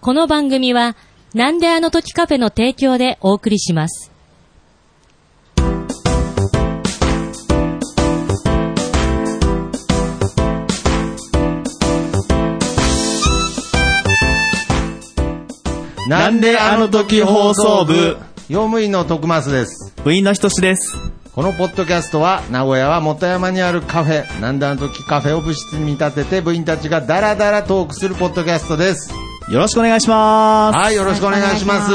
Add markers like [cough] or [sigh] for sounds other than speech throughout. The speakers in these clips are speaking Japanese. この番組は、なんであの時カフェの提供でお送りします。なんであの時放送部用務員の徳増です。部員のひとしです。このポッドキャストは、名古屋は元山にあるカフェ、なんであの時カフェを部室に見立てて部員たちがダラダラトークするポッドキャストです。よろしくお願いします。はい、よろしくお願いします。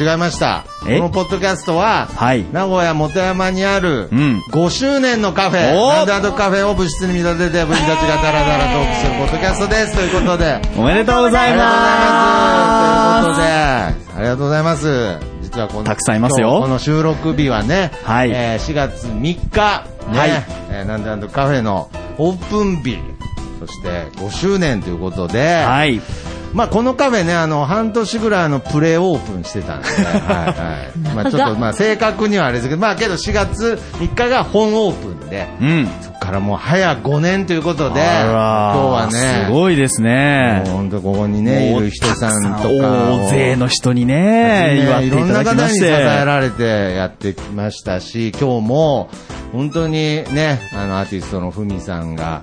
間違えました。こえのポッドキャストは、はい名古屋元山にあるうん5周年のカフェ、おーなんであの時カフェを部室に見立てて部員たちがダラダラトークするポッドキャストです。ということで、おめでとうごありがとうございます。ということで、あざりいます。がとうございます。実はこのたくさんいますよ今日この収録日はね、はいえー4月3日、ねはいえーなんでなんでカフェのオープン日、そして5周年ということで、はい。まあ、このカフェね、あの半年ぐらいあのプレオープンしてたんで、 [laughs] はいはいまあ、ちょっとまあ正確にはあれですけど、まあ、けど4月3日が本オープンで。うん。そこからもう早5年ということで、今日あはらね、すごいですね。本当ここにね、いる人さんとかを。大勢の人にね、祝ね、っていいろんたなだ方きまにし支て。えられてやってきましたし、今日も本当にね、あのアーティストのふみさんが、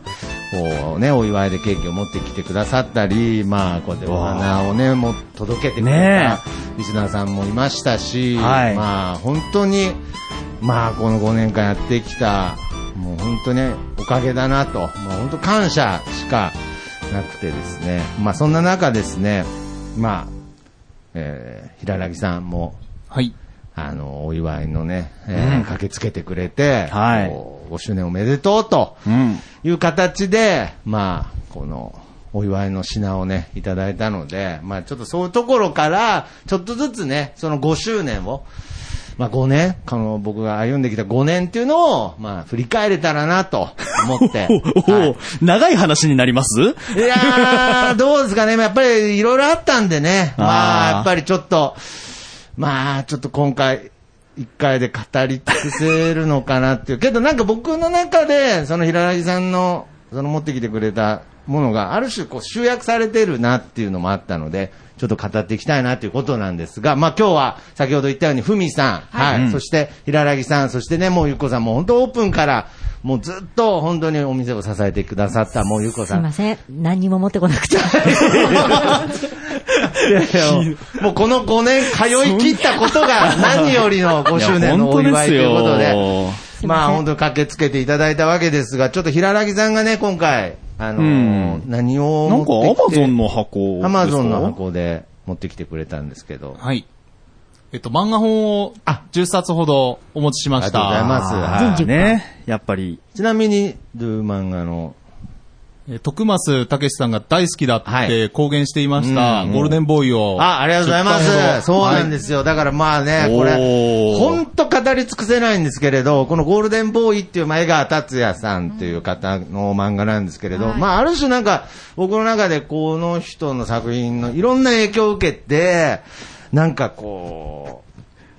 こうね、お祝いでケーキを持ってきてくださったり、まあ、こうやってお花をね、もう届けてくれねたリスナーさんもいましたし、はいまあ、本当に、まあ、この5年間やってきた、もう本当ね、おかげだなと、もう本当感謝しかなくてですね、まあ、そんな中ですね、まあ、えー、平良木さんも、はい。あの、お祝いのね、えーうん駆けつけてくれて、はいこう5周年おめでとうとうん。。いう形で、まあ、この、お祝いの品をね、いただいたので、まあちょっとそういうところから、ちょっとずつね、その5周年を、まあ5年、この僕が歩んできた5年っていうのを、まあ振り返れたらなと思って [laughs] おはいお、長い話になりますい [laughs] やー、どうですかね。やっぱりいろいろあったんでね。あーまあ、やっぱりちょっと、まあ、ちょっと今回、一回で語り尽くせるのかなっていう。けどなんか僕の中で、その平良木さんの、その持ってきてくれたものが、ある種こう集約されてるなっていうのもあったので、ちょっと語っていきたいなということなんですが、まあ今日は先ほど言ったように、ふみさん、はい、そして平良木さん、そしてね、もうゆっこさんも本当オープンから、もうずっと本当にお店を支えてくださったもうゆっこすさいんま。せん。何にも持ってこなくて。いやいや [laughs] もうこの5年通い切ったことが何よりの5周年のお祝いということいで、や本すいませんまあ本当に駆けつけていただいたわけですが、ちょっと平良木さんがね、今回、あのー、何当をですよ。なんか持ってアマきてゾンの箱ですか。アマゾンの。箱で持ってきてくれたんですけど、はい。えっと、漫画本をあ10冊ほどお持ちしましあた。りがとうございますあーね。やっぱり。ちなみに、ドゥーマンガの、えー徳増たけしさんが大好きだっはて公言していました、うんゴールデンボーイを。あ、ありがとうございま10巻ほどす。そうなんはいですよ。だからまあね、こおれ、ーほんと語り尽くせないんですけれど、このゴールデンボーイっていう、まあ、江川達也さんっていう方の漫画なんですけれど、まあ、ある種なんか、僕の中でこの人の作品のいろんな影響を受けて、なんかこ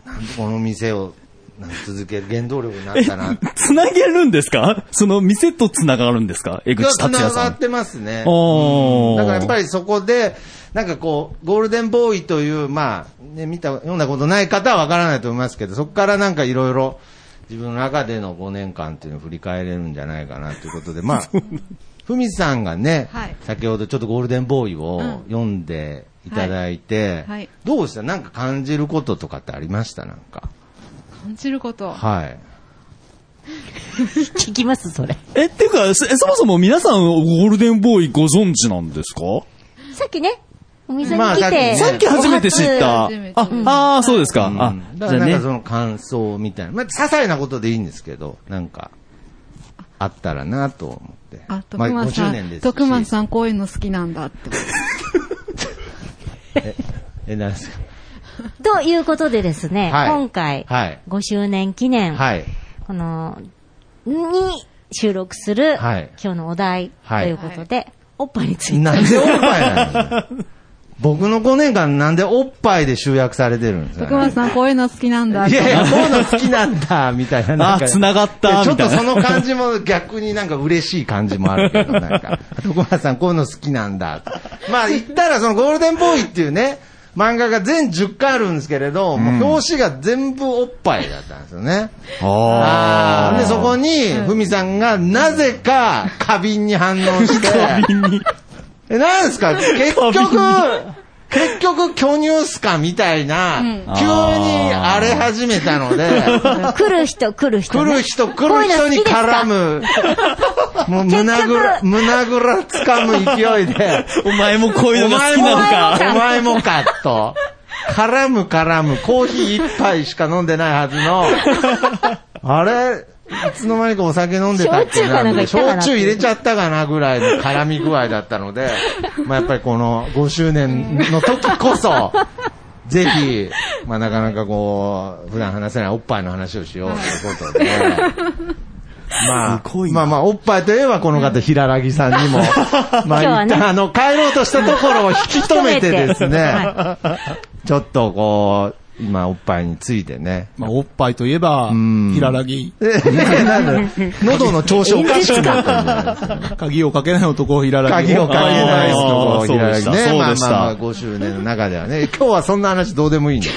う、なんでこの店を、なんか続ける原動力になった [laughs] なって。つなげるんですかその店とつながるんですか江口達也つなさがんっ。てますね。おーだからやっぱりそこで、なんかこう、ゴールデンボーイという、まあ、ね、見た、読んだことない方はわからないと思いますけど、そこからなんかいろいろ、自分の中での5年間っていうのを振り返れるんじゃないかなということで、 [laughs] まあ、ふみさんがね、はい先ほどちょっとゴールデンボーイをうん読んでいただいて、はいはいどうしたなんか感じることとかってありましたなんか。感じること。はい。聞きます、それ。え、っていうか、そそもそも皆さんゴールデンボーイご存知なんですかさっきね、お店にまあ来さっきて。ねさっき初めて知った。あ初めて、ああ、そうですか。あうん、じだゃあからなんねか。その感想みたいな。まあ、些細なことでいいんですけど、なんか、あったらなと思って。あ、徳間さまあ、50年でん、すし。徳間さんこういうの好きなんだって。え、なんですかということでですね、はい今回、はい5周年記念、はい。この、に収録する、はい今日のお題とはいいうことで、おっぱいについて。なんでおっぱいなの僕の5年間なんでおっぱいで集約されてるんですか徳松ね。さん、こういうの好きなんだっいて。やいや、こういうの好きなんだ、みたいな。なんかあ繋がったいやちょっみとたいそなの感じも逆になんか嬉しい感じもあるけど、なんか。 [laughs] 徳松さん、こういうの好きなんだ。 [laughs] まあ言ったら、そのゴールデンボーイっていうね、漫画が全10回あるんですけれど、もう表紙が全部おっぱいだったんですよね。あーで、そこに、ふみさんがなぜか過敏に反応 [laughs] して、え、なんですか結局、結局、巨乳すかみたいな、急に荒れ始めたので、 [laughs] 来る人、来る人ね、来る人、来る人に絡 [laughs] む、もう胸ぐら、胸ぐら掴む勢いで、 [laughs] お前もこういうおのが好前きもなのか。お前もか、と。絡む絡む、コーヒー一杯しか飲んでないはずの、あれ、いつの間にかお酒飲んでたっけ焼酎かなんかいったかな焼酎入れちゃったかなぐらいの絡み具合だったので、まあやっぱりこの5周年の時こそ、ぜひ、まあなかなかこう、普段話せないおっぱいの話をしようということで、まあすごい、なまあまあ、おっぱいといえばこの方、平らぎさんにも、まあ、今日は一ね旦、あの、帰ろうとしたところを引き止めてで [laughs] すね、ちょっとこう、今、おっぱいについてね。 [laughs] まあ、おっぱいといえば、ん平らぎ。えなんで喉の調子おかしくなったんじゃないですか鍵をかけない男を平らぎ。鍵をかけないですとこう、そう平らでぎしたね。まそうあでしまたあまあ、5周年の中ではね、今日はそんな話どうでもいいんで。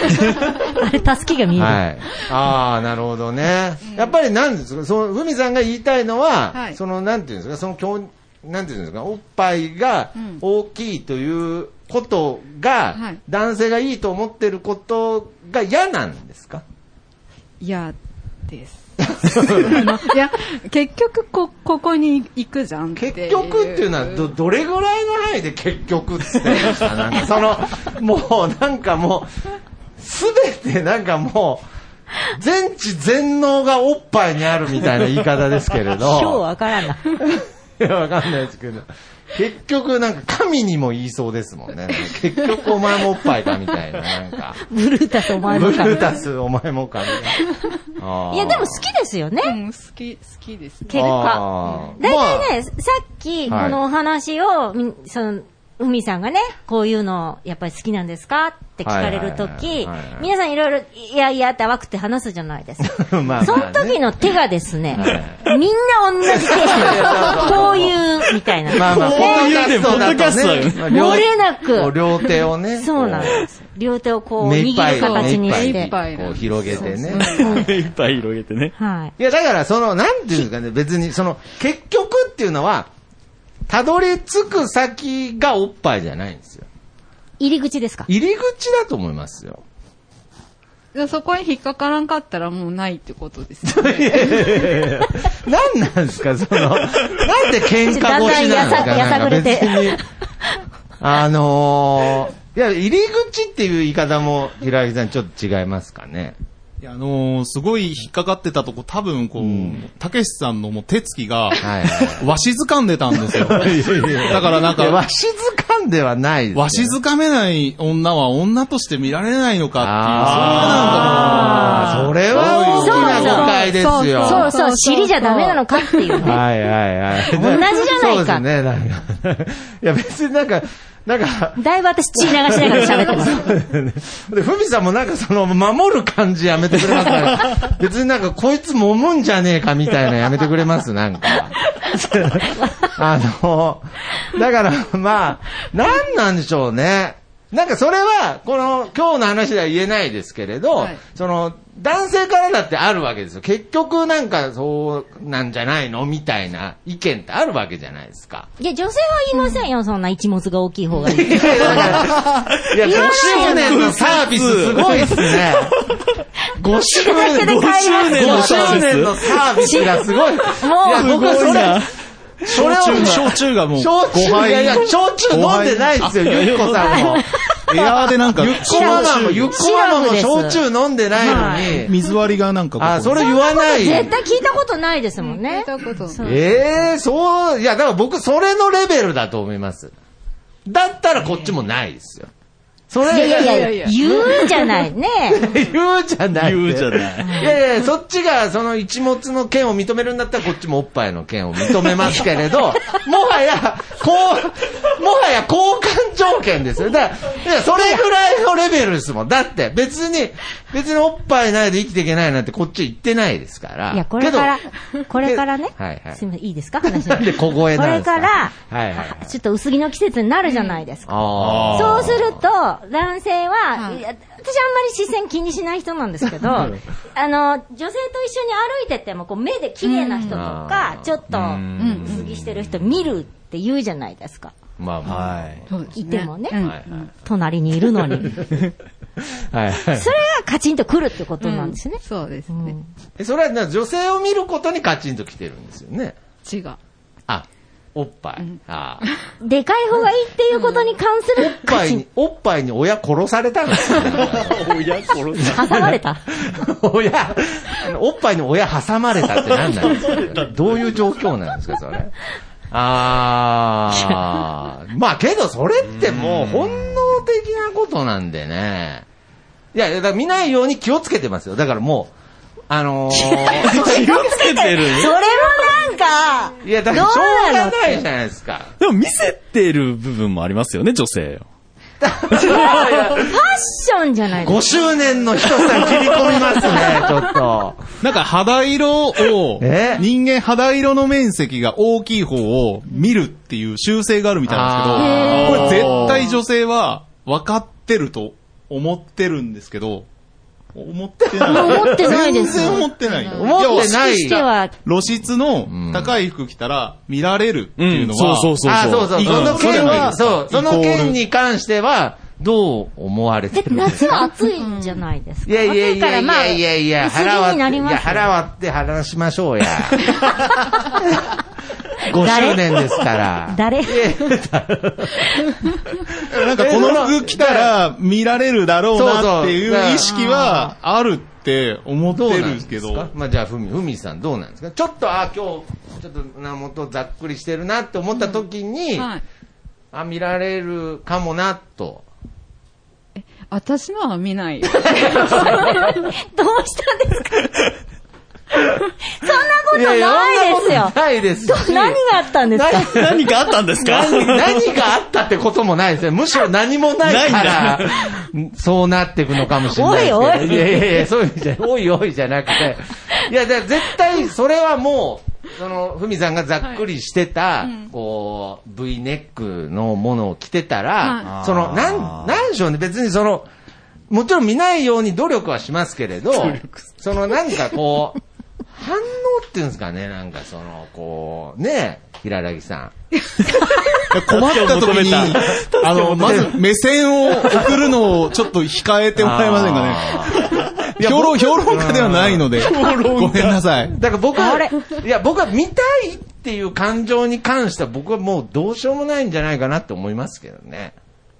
あれ、たすきが見える。はい。ああ、なるほどね。やっぱりなんですか、その、ふみさんが言いたいのは、はいその、なんていうんですか、その、今日、なんていうんですか、おっぱいがうん大きいということが、はい男性がいいと思ってることが嫌なんですか嫌です。 [laughs] あのいや、結局こ、ここに行くじゃんっていう結局っていうのはど、どれぐらいの範囲で結局って言ってましたなんかその、 [laughs] もうなんかもう、すべてなんかもう、全知全能がおっぱいにあるみたいな言い方ですけれ [laughs] 今ど。日わからない。い [laughs] や、わかんないですけど。結局、なんか、神にも言いそうですもんね。結局、お前もおっぱいか、みたいな。なんか、ブルータスおブ前ルもか。ータス、お前もか、みたいな。いや、でも好きですよね。うん、好き、好きですね。結果。あー大まあ体ね、さっき、こはいのお話を、みその、海さんがね、こういうの、やっぱり好きなんですかって聞かれるとはいはいきはいはい、皆さんいろいろ、いやいやって淡くて話すじゃない [laughs] ですか。まあまあねその時の手がですね、みんな同じ [laughs] 手してるこういう、みたいな。まあまあ、こポうッいうねドキャストだとねポッドキャストだよねまあ両漏れなくこう両手をね。そうなんこです。両手をこうう目握いっぱい、る形にし目いてっ。ぱいこう広げてね。目いっぱい広げてね。はい。いや、だから、その、なんていうんですかね、別に、その、結局っていうのは、たどり着く先がおっぱいじゃないんですよ。入り口ですか入り口だと思いますよ。でそこに引っかからんかったらもうないってことです [laughs] よね。なんなんですか、その、なんで喧嘩腰なんですか、だんだんやさなんか別やさぐに。あのー、いや、入り口っていう言い方も、平井さんちょっと違いますかね。いや、あのーすごい引っかかってたとこ、多分こう、たけしさんのもう手つきが、はいはわしづかんでたんですよ。だからなんい。かわ、しづかんではないです、ね。わしづかめない女は女として見られないのかあーそれは大きな誤解ですよ。そうそう、尻じゃダメなのかっていうね。はいはいはい。じじ同ゃないかそうですね、なんか。いや、別になんか、なんか、 [laughs] だいぶ私血流しながら喋ってます。で、ふみさんもなんかその、守る感じやめてくれます [laughs] ね。別になんか、こいつ揉むんじゃねえかみたいなやめてくれます、なん [laughs] か。あの、だから、まあ、なんなんでしょうね。なんかそれは、この、今日の話では言えないですけれど、はいその、男性からだってあるわけですよ。結局なんかそうなんじゃないのみたいな意見ってあるわけじゃないですか。いや、女性は言いませんよ、そんな一物が大きい方 [laughs] がいい。いや、5周年のサービスすごいっすね。5周年、で買います5周年の5サー周ビス年のサービスがすごい。いや、僕すごいなはそれ、それをっていう。今焼酎がもう、焼酎、い5杯やいや、焼酎飲んでないですよ、ゆっこさんも。エアーでなんか、ゆっこママも、ゆっこママもシラフ焼です酎飲んでないのに。水割りがなんかこうあ、それ言わない。絶対聞いたことないですもん聞ねい。たことない。ええそう、いや、だから僕、それのレベルだと思います。だったらこっちもないですよ。それいやいやいやいや、い言うんじゃないね。 [laughs] 言うじゃない。。言うじゃない [laughs] いやいや、そっちがその一物の件を認めるんだったら、こっちもおっぱいの件を認めますけれ [laughs] ど、もはや、こう、もはや交換条件ですよ。だから、いやそれぐらいのレベルですもん。だって、別に、別におっぱいないで生きていけないなんてこっち言ってないですから。いや、これからけど、これからねはいは、いすみません、いいですか話なんで小声こなんれですかから、はいはいはいちょっと薄着の季節になるじゃないですか。あそうすると、男性は、はいいや私あんまり視線気にしない人なんですけど、あの、女性と一緒に歩いてても、こう目で綺麗な人とかう、んちょっと薄着してる人見るって言うじゃないですか。あ。まあまあ。はい。そうですいてもねうんはいはい隣にいるのに。 [laughs] それはいはいがカチンと来るってことなんですねうん。そうですうね。んえそれはな女性を見ることにカチンと来てるんですよね。違う。あ、おっぱい。ああ。でかい方がいいっていうことに関すおっるぱカいチにン。、おっぱいに親殺されたん [laughs] ですよ。親殺す。挟まれた。親、おっぱいに親挟まれたって何なんですかどういう状況なんですか、それ。あ [laughs] ー。まあけど、それってもう本能的なことなんでね。いや、いやだから見ないように気をつけてますよ。だからもう、あの [laughs] ー、気をつけてるそれもなんか、いや、だからしょうがないじゃないですか。でも見せてる部分もありますよね、女性を。ファッションじゃないですか5周年の人さん切り込みますね、ちょっと。なんか肌色をえ、人間肌色の面積が大きい方を見るっていう習性があるみたいなんですけど、これ絶対女性は分かってると思ってるんですけど、思ってない。思ってないです全然思ってない。思ってやない。意識しては、露出の高い服着たら見られるっていうのは、んそうそうそう。あ、そうそう。いいそのそうじ件ゃないは、ですかそう、そイコのール件に関しては、どう思われてでるんで夏すかは暑いじゃないですか。いやいやい暑からやいまあやいやいや、薄着腹割になって、りいまや、すよ。腹割って話しましょ [laughs] うや。5周年ですから。誰なんかこの服着たら見られるだろうなっていそうそうう意識はあるって思っどうてなんるですけかど、まあじゃあ、ふみ、ふみさんどうなんですかちょっと、あ、今日、ちょっと胸元ざっくりしてるなって思った時に、はい。あ、見られるかもな、と。私のは [laughs] 見ないよ。どうしたんですかそんなことややないですそんなことよ。ないですしど何があったんですか何かあったんですか何何があったってこともないですね。むしろ何もないから、そうなっていくのかもしれないですけど。おいおいやいやいや、そういうんじゃ、おいおいじゃなくて。いや、だから絶対それはもう、その、ふみさんがざっくりしてた、こう、V ネックのものを着てたら、その、なん、なんでしょうね、別にその、もちろん見ないように努力はしますけれど、そのなんかこう、反応っていうんですかね、なんかその、こう、ねえ、平良木さん。困った時 [laughs] に、あの、まず目線を送るのをちょっと控えてもらえませんかね。いや評論、僕評論家ではないので、ごめんなさい。だから僕は、いや、僕は見たいっていう感情に関しては僕はもうどうしようもないんじゃないかなって思いますけどね。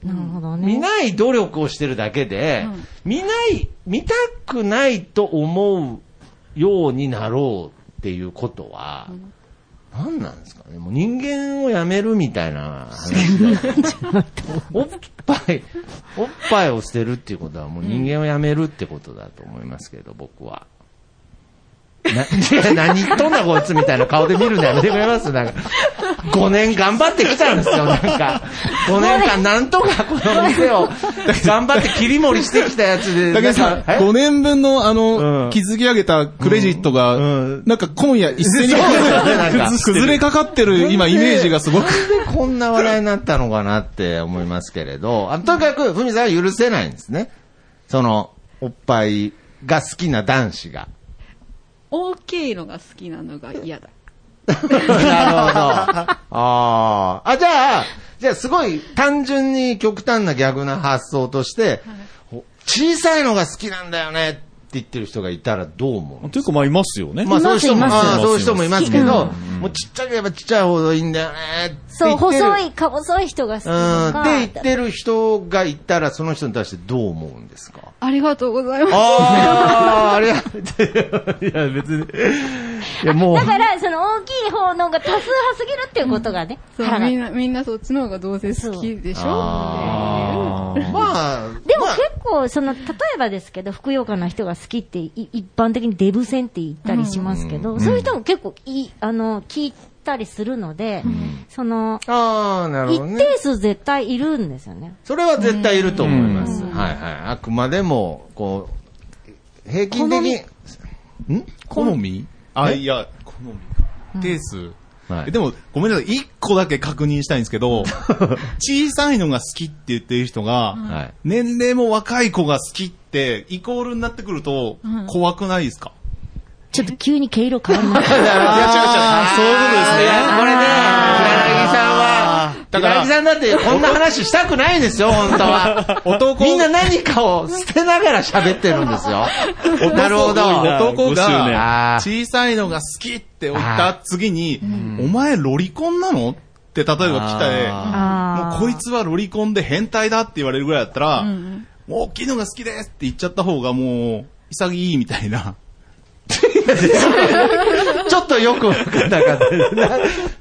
なるほど見ね。ない努力をしてるだけで、見ない、見たくないと思うようになろうっていうことは、何なんですかね。もう人間をやめるみたいな話だよねおっぱい、おっぱいを捨てるっていうことはもう人間をやめるってことだと思いますけど、僕は。な、 [laughs] いや、何言っとんだこいつみたいな顔で見るのやめてくれますなんか、5年頑張ってきたんですよ、なんか。5年間なんとかこの店を頑張って切り盛りしてきたやつで。だなけどさん、かえ5年分のあうんの、築き上げたクレジットがうんう、なんか今夜一斉にそうだねなんか崩れかかってる今イメージがすごく。なんでこんな話題になったのかなって思いますけれど、あとにかく、ふみさんは許せないんですね。その、おっぱいが好きな男子が。大きいのが好きなのが嫌だ。 [laughs] なるほど。ああ。あ、じゃあ、じゃあすごい単純に極端な逆な発想として、お小さいのが好きなんだよねって言ってる人がいたらどう思うというかまあいますよね。まあそういう人も、いますいますああそういう人もいますけど、もうちっちゃければちっちゃいほどいいんだよねってそ言う、ってる。細いか細い人が好きとうん。かっ。て言ってる人がいたら、その人に対してどう思うんで [laughs] すかありがとうございます。あ [laughs] あ、ありがとう。いや、別に。いや、もうだ。から、その大きい方のが多数派すぎるっていうことがね、そう腹がみんな、みんなそっちの方がどうせ好きでしょあーままあ、でもまあ結構、その、例えばですけど、服用家な人が好きって、い一般的にデブ戦って言ったりしますけど、そういう人も結構いい、あの、聞いたりするので、その、ああ、なる一ほどね。定数絶対いるんですよね。それは絶対いると思います。はいはい。あくまでも、こう、平均的に、ん好みあ、いや、好みか。定数。はいえでも、ごめんなさい。一個だけ確認したいんです [laughs] けど、小さいのが好きって言ってる人が、はい。年齢も若い子が好きって、イコールになってくると、怖くないで [laughs] すかちょっと急に毛色変わります。いや、違う違う。そういうことでいすやね。これね、平木さんは、だから平木さんだってこんな話したくないんですよ、本当は。 [laughs] 男みんな何かを捨てながら喋ってるんです [laughs] よ。なるほど。50男年があー小さいのが好きって言った次に、お前ロリコンなのって例えば来あーて、もうこいつはロリコンで変態だって言われるぐらいだったら、うんもう大きいのが好きですって言っちゃった方がもう潔いみたいな。ちょっとよくわかんなかったですな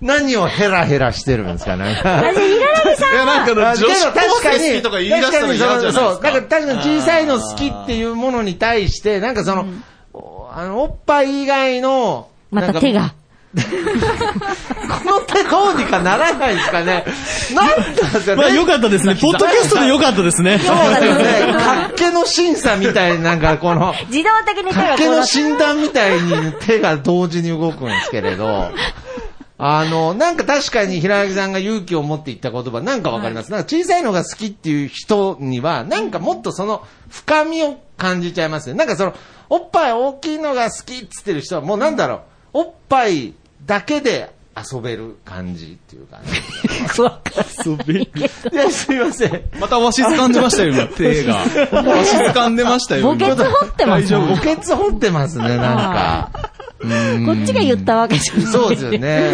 何をヘラヘラしてるんですか、なんか。私、ひららぎさんいや、なんかあ女けど子高確か生好きに、とか言い出したら嫌じゃないで確すかにそのか。そう、だから確かに小さいの好きっていうものに対して、なんかその、おあの、おっぱい以外の、まなんたか手。が。この手どうにかならないですか [laughs] ね。なんなんですかね。まあよかったですね。ポッドキャストでよかった [laughs] ですね。そうですよね。かっけの審査みたいになんかこの、自動的に手かがっけこうなのって診断みたいに手が同時に動くんですけれ [laughs] ど、あの、なんか確かに平木さんが勇気を持って言った言葉、なんかわかります。なんか小さいのが好きっていう人には、なんかもっとその深みを感じちゃいますね。なんかその、おっぱい大きいのが好きっつってる人は、もうなんだろう、おっぱいだけで遊べる感じっていうかね。 [laughs] いや、すいません。またわし掴んでましたよ、今、手が。わし掴んでましたよ、墓穴今。掘ってます大丈夫ね墓穴掘ってますね、なんか。こっちが言ったわけじゃない。 [laughs] そうですよね。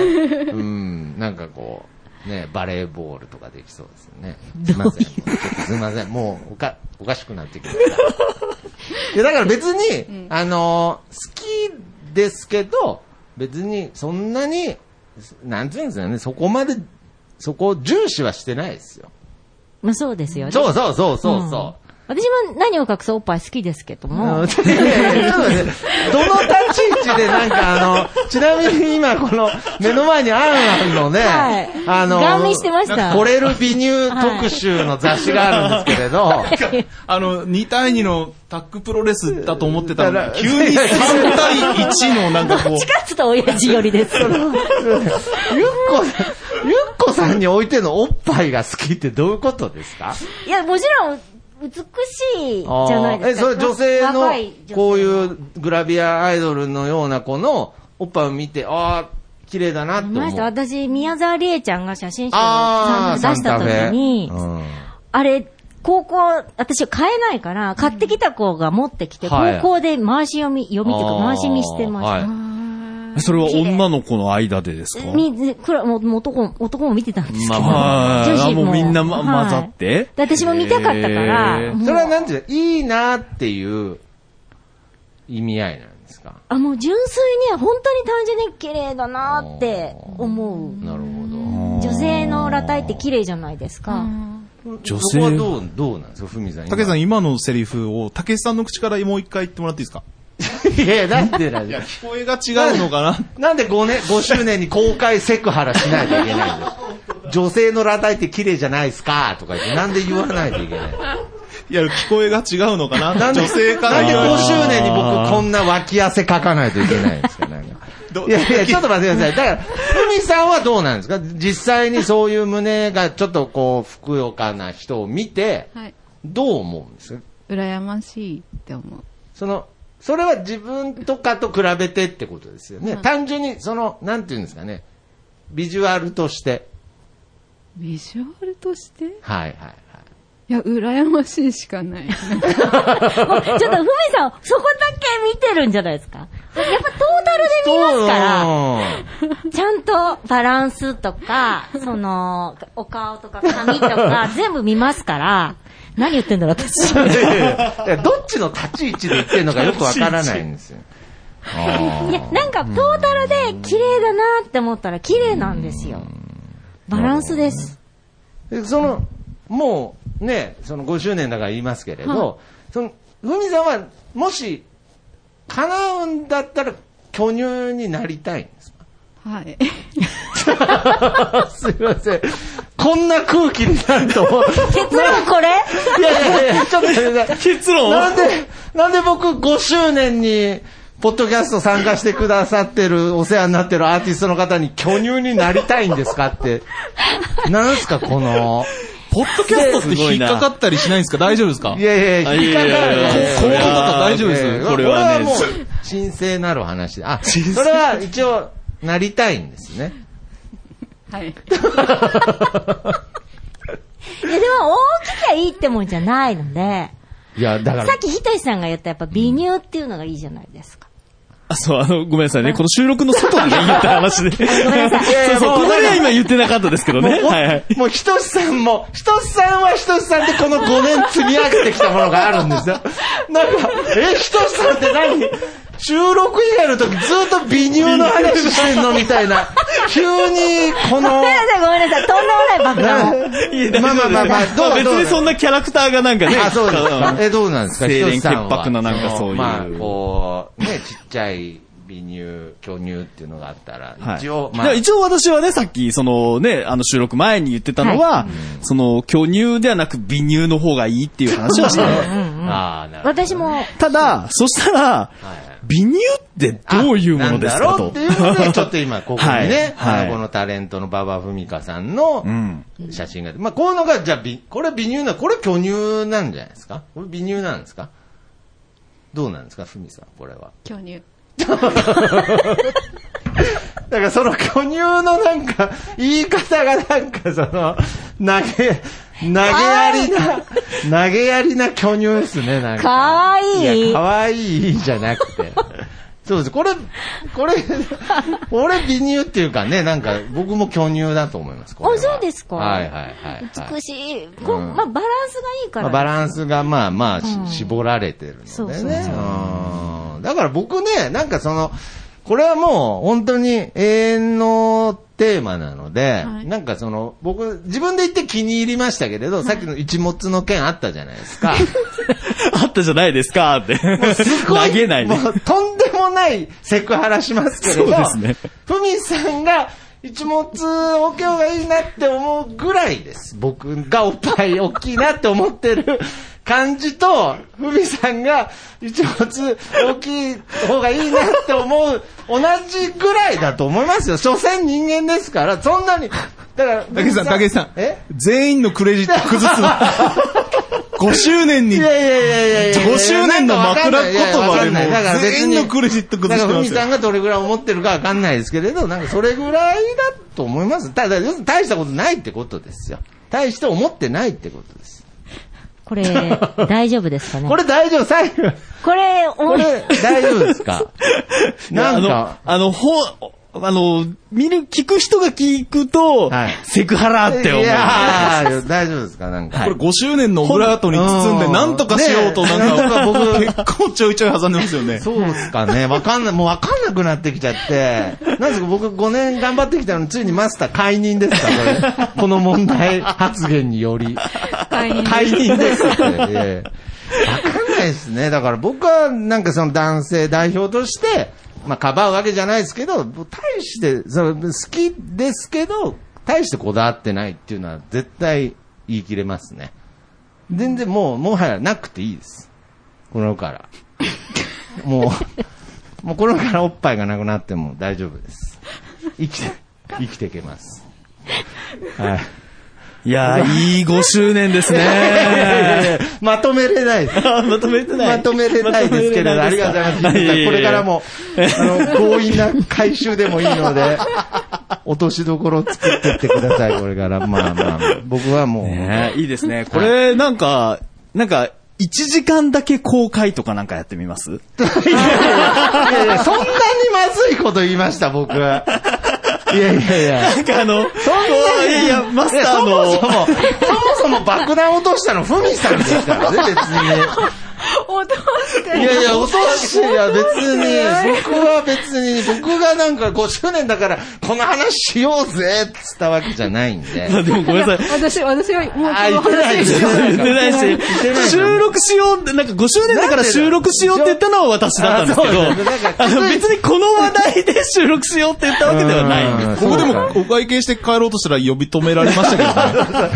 うん、なんかこう、ね、バレーボールとかできそうですよね。すいません。ちょっとすいません。もう、おか、おかしくなってきました。いや、だから別に、あのー、好きですけど、別に、そんなに、なんていうんですかね、そこまで、そこを重視はしてないですよ。 [laughs] まあそうですよね。そうそうそうそうそう。私も何を隠そうおっぱい好きですけども、 [laughs] いやいやちょっとねどの立ち位置でなんかあの、ちなみに今この目の前にアンアンのね、はいあの、ガン見してました惚れる美乳特集の雑誌があるんですけれど、あの、2対2のタックプロレスだと思ってだたら、から急に3対1のなんかこう、近づと親父寄りです。ゆっこ、ゆっこさんに置いてのおっぱいが好きってどういうことですかいや、もちろん、美しいじゃないですか。あーえ、それ女性若い女性の、こういうグラビアアイドルのような子のおっぱいを見て、ああ、綺麗だなと見思ました。う。私、宮沢りえちゃんが写真集をああ、出した時に、サンタフェうんあれ、高校、私は買えないから、買ってきた子が持ってきて、はい高校で回し読み、読みというかあー回し見してました。はいそれは女の子の間でですかみ、くら、もう、もう男も、男も見てたんですけど。はい女あ子ももうみんな、まはい混ざってで私も見たかったから、へーもうそれはなんていうのいいなっていう意味合いなんですかあ、もう純粋に、本当に単純に綺麗だなって思う。なるほ女性の裸体って綺麗じゃないですか。ど。女性そこはどう、どうなんですかふみさん。今竹さん、今のセリフを、竹さんの口からもう一回言ってもらっていいですかいや、なんでなんいでや、聞こえが違うのかななんで5年、5周年に公開セクハラしないといけないんですか女性の裸体って綺麗じゃないですかとか言って、なんで言わないといけない。いや、聞こえが違うのかななんで、女性かなんでら。 5周年に僕こんな脇汗かかないといけないんですかなんかどいやいや、ちょっと待ってください。だから、ふみさんはどうなんですか実際にそういう胸がちょっとこう、ふくよかな人を見て、はい。どう思うんですか羨ましいって思う。その、それは自分とかと比べてってことですよね。単純に、その、なんていうんですかね。ビジュアルとして。ビジュアルとしていはいはいはい。や、羨ましいし [laughs] かない。も [laughs] うちょっと、ふみさん、そこだけ見てるんじゃないですか。やっぱトータルで見ますから、ら。ちゃんとバランスとか、その、お顔とか髪と [laughs] か、全部見ますから、何言ってんだろう、私。いいやどっちの立ち位置で言ってるのかよくわからないんですよ。や、なんかトータルで綺麗だなって思ったら綺麗なんですよ。バランスです。でその、もうね、その5周年だから言いますけれど、はその、ふみさんは、もし、叶うんだったら、巨乳になりたいんです [laughs] かはい。すいません。こんな空気になると [laughs] 思う。結論これいやいやいや、ちょっと待ってください。結論なんで、なんで僕5周年に、ポッドキャスト参加してくださってる、お世話になってるアーティストの方に巨乳になりたいんですかって。なんすか、この。ポッドキャストって引っかかったりしないんですか大丈夫ですかいやいや、引っかかる。こういうことか大丈夫ですこれはねもう、神聖なる話。あ、それは一応、なりたいんですね。はい。いやでも大ききゃいいってもんじゃないので、いや、だかさらっ、きひとしさんが言ったやっぱ美乳っていうのがいいじゃないですか。あ、そう、あの、ごめんなさいね。この収録の外でね、言った話 [laughs] で。そうそう、ここでは今言ってなかったですけどね。はいはい。もう、ひとしさんも、ひとしさんはひとしさんでこの5年積み上げてきたものがあるんですよ。なんか、え、ひとしさんって何収録以外の時ずっと微乳の話してんのみたいな。急に、こご [laughs] めのん、なさいごめんなさい、とんでもない爆弾を。いや大丈夫ですまあまあまあまあどう別どうにそんなキャラクターがなんかね。 [laughs] あ、そうですか。え、どうなんですか清廉ひとしさんは潔白ななんかそういうまあ、こう、ね、ちっちゃい微乳、巨乳っていうのがあったら、はい一応、だから一応私はね、さっき、そのね、あの収録前に言ってたのは、その、巨乳ではなく微乳の方がいいっていう話をし [laughs] てた。ああ、なるほど。私も、ただ、そしたら、微乳ってどういうものですあかなんだろうと、って。いうことで、ちょっと今、ここにねはいはあいのこのタレントの馬場ふみかさんの [laughs] うん写真が、まあ、こういうのが、じゃあ、びこれ微乳な、これ巨乳なんじゃないですかこれ微乳なんですかどうなんですか、ふみさん、これは。巨乳。だからその巨乳のな [laughs] んか、言い方がなんかその、投げ、投げやりな、投げやりな巨乳ですね、なんか。かわいいや、かわいいじゃなくて。 [laughs] そうです。これ、これ、俺微乳っていうかね、なんか僕も巨乳だと思います。これはあそうですかはいはいはい、はい。美しい。こううんまあバランスがいいから。まあ、バランスがまあまあし、うん絞られてるのでね。そうそうそううんだから僕ね、なんかその、これはもう本当に永遠のテーマなので、はいなんかその、僕、自分で言って気に入りましたけれど、さっきの一物の件あったじゃないです [laughs] か。あったじゃないですかって。すごい投げないねも。うとんでもないセクハラしますけれど、そうですねふみさんが一物お経がいいなって思うぐらいです。僕がおっぱい大きいなって思ってる感じと、ふみさんが一物大きい方がいいなって思う同じぐらいだと思いますよ。所詮人間ですから、そんなに。だから、竹内さん、竹内さん。え全員のクレジット崩 [laughs] すな。5周年に、い5やいやいやいやいや周年の枕言葉でもだからう別全に員のクレジット崩だしから、てふまみすさんよ。がどれぐらい思ってるかわかんないですけれど、なんかそれぐらいだと思います。ただ、要するに大したことないってことですよ。大して思ってないってことです。これ、 [laughs] 大丈夫ですかねこれ大丈夫、最後。これ、こおれ大丈夫です [laughs] かなんか、あの、あの、ほ、あの、見る、聞く人が聞くと、はいセクハラって思う。いやー大丈夫ですかなんか。これ5周年のオブラートに包んで、うんなんとかしようと、なんか、ねなん結構ちょいちょい挟んでますよね。そうですかね。わかんない、もうわかんなくなってきちゃって。なんですか、僕5年頑張ってきたのに、ついにマスター解任ですか、これ。この問題発言により。解任解任ですって。 [laughs] ええわかんないですね。だから僕は、なんかその男性代表として、まあ、かばうわけじゃないですけど、大して、その好きですけど、大してこだわってないっていうのは絶対言い切れますね。全然もう、もはやなくていいです。この世から。もう、もうこの世からおっぱいがなくなっても大丈夫です。生きて、生きていけます。はい。いやー、いい5周年ですいやいやいね。やまとめれないです。あまとめてない。まとめれないですけれど、ありがとうございます。これからも、あの、強引な回収でもいいので、 [laughs] 落としどころを作ってってください、これから。まあまあ、僕はもう、ねいいですね。これ、なんか、なんか、1時間だけ公開とかなんかやってみますいやいやそんなにまずいこと言いました、僕。いやいやいや。なんかあの、そいやいや、マスターいやそもその、も、そもそも爆弾落としたの、ふみさんでしたからね、別に。落として。いやいや、落とし、いや別に、僕は別に、僕がなんか5周年だから、この話しようぜってったわけじゃないん [laughs] で。でもごめんなさい。私、私はもうこのあ言ってない話しよう言言ってないってないし、収録しようって、なんか5周年だから収録しようって言ったのは私だったんですけど、あそうですねあの別にこの話題で収録しようって言ったわけではないんです。ここでもお会計して帰ろうとしたら呼び止められましたけどね。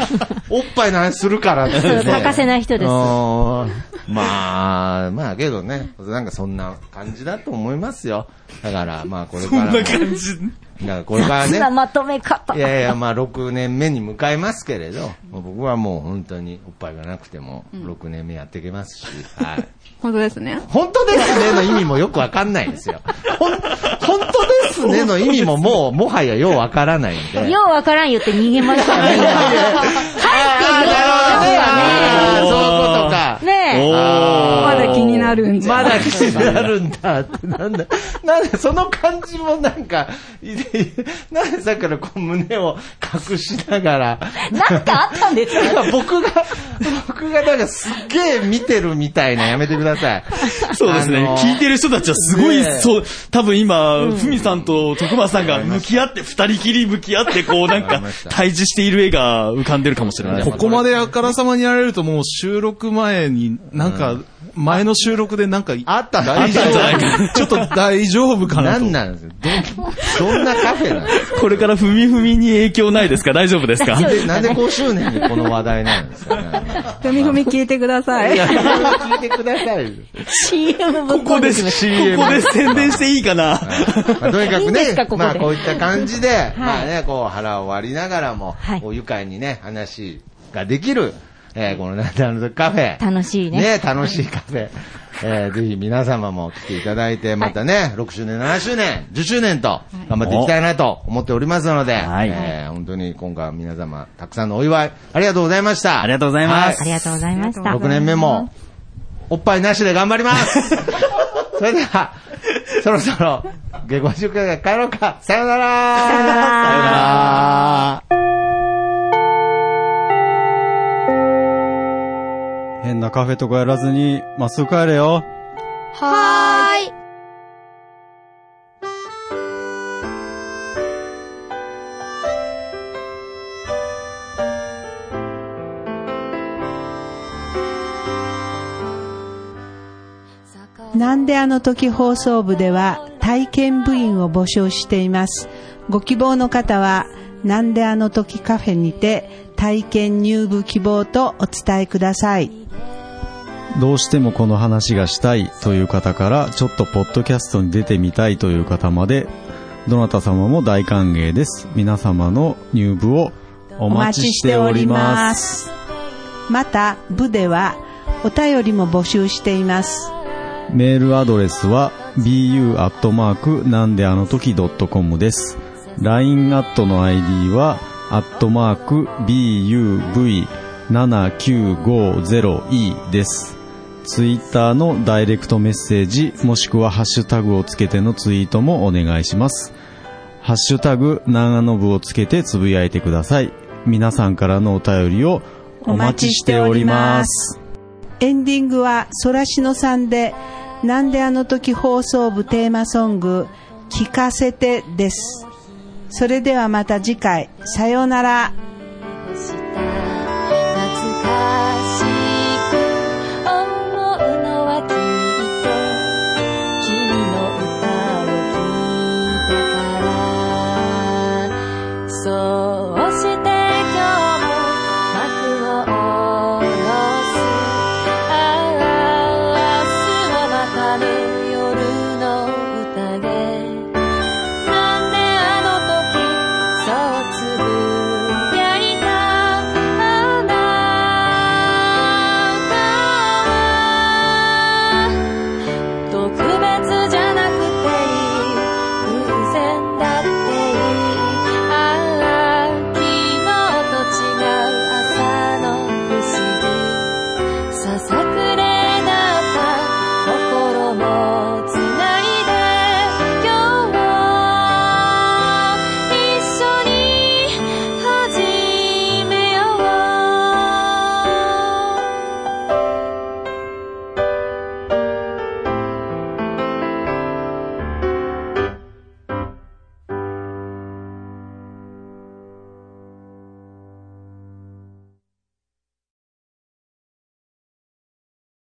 おっぱいの話するからって、そうね。欠かせない人ですあーまあ、まあけどね、なんかそんな感じだと思いますよ。だから、まあこれからも。だか感じ。らこれからそんなね。まとめ方い。やいや、まあ6年目に向かいますけれど、もう僕はもう本当におっぱいがなくても6年目やっていけますし、はい。本当ですね。本当ですねの意味もよくわかんないんですよ。ほん、本当ですねの意味ももう、もはやようわからないんで。ようわからん言って逃げましたね。あーなるほどね。あーそういうことか。ねえ。まだ気になるんじゃまないだ気になるんだって、なんだ、なんだ、その感じもなんか、 [laughs] いなんでさっきからこう胸を隠しながら、なんかあったんですなんよ。か [laughs] 僕が、僕がなんかすっげえ見てるみたいなやめてください。そうですね。あのー聞いてる人たちはすごい、ねえそう、多分今、ふみさんと徳間さんが向き合って、二人きり向き合って、こうなわんかかりました、対峙している絵が浮かんでるかもしれない。ここまであからさまにやられるともう収録前になんか、前の収録でなんか、あった大丈夫ちょっと大丈夫かななと。んなんですよ。どん、どんなカフェなんですかこれからふみふみに影響ないですか大丈夫ですかでなんで5周年にこの話題なんですかね。ふみふみ聞いてください。聞いてくださいよ。 CM ぶこっここんで、でこきましこで宣伝していいかなまあとにか [laughs] いいくんですかねこ、こでまあこういった [laughs] 感じで、まあね、こう腹を割りながらも、はいこう愉快にね、話ができる、えーこのなんだのカフェ。た。楽しいね。ね、楽しいカフェ。えーぜひ皆様も来ていただいて、またね、6周年、7周年、10周年と頑張っていきたいなと思っておりますので、はいえー本当に今回は皆様、たくさんのお祝い、ありがとうございました。ありがとうございますありがとうございました。 6年目も、おっぱいなしで頑張ります [laughs] それでは、そろそろ、下校週間帰ろうか。さよならさよなら変なカフェとかやらずに、まっすぐ帰れよ。なんであの時放送部では体験部員を募集しています。ご希望の方は、なんであの時カフェにて体験入部希望とお伝えください。どうしてもこの話がしたいという方から、ちょっとポッドキャストに出てみたいという方まで、どなた様も大歓迎です。皆様の入部をお待ちしております。す。また、部ではお便りも募集しています。メールアドレスは bu なんであの時 .com です。LINE アットの ID は、アットマーク buv7950e です。ツイッターのダイレクトメッセージ、もしくはハッシュタグをつけてのツイートもお願いします。ハッシュタグ、長野部をつけてつぶやいてください。皆さんからのお便りをお待ちしております。エンディングはソラシノさんで、なんであの時放送部テーマソング、聞かせてです。それではまた次回、さようなら。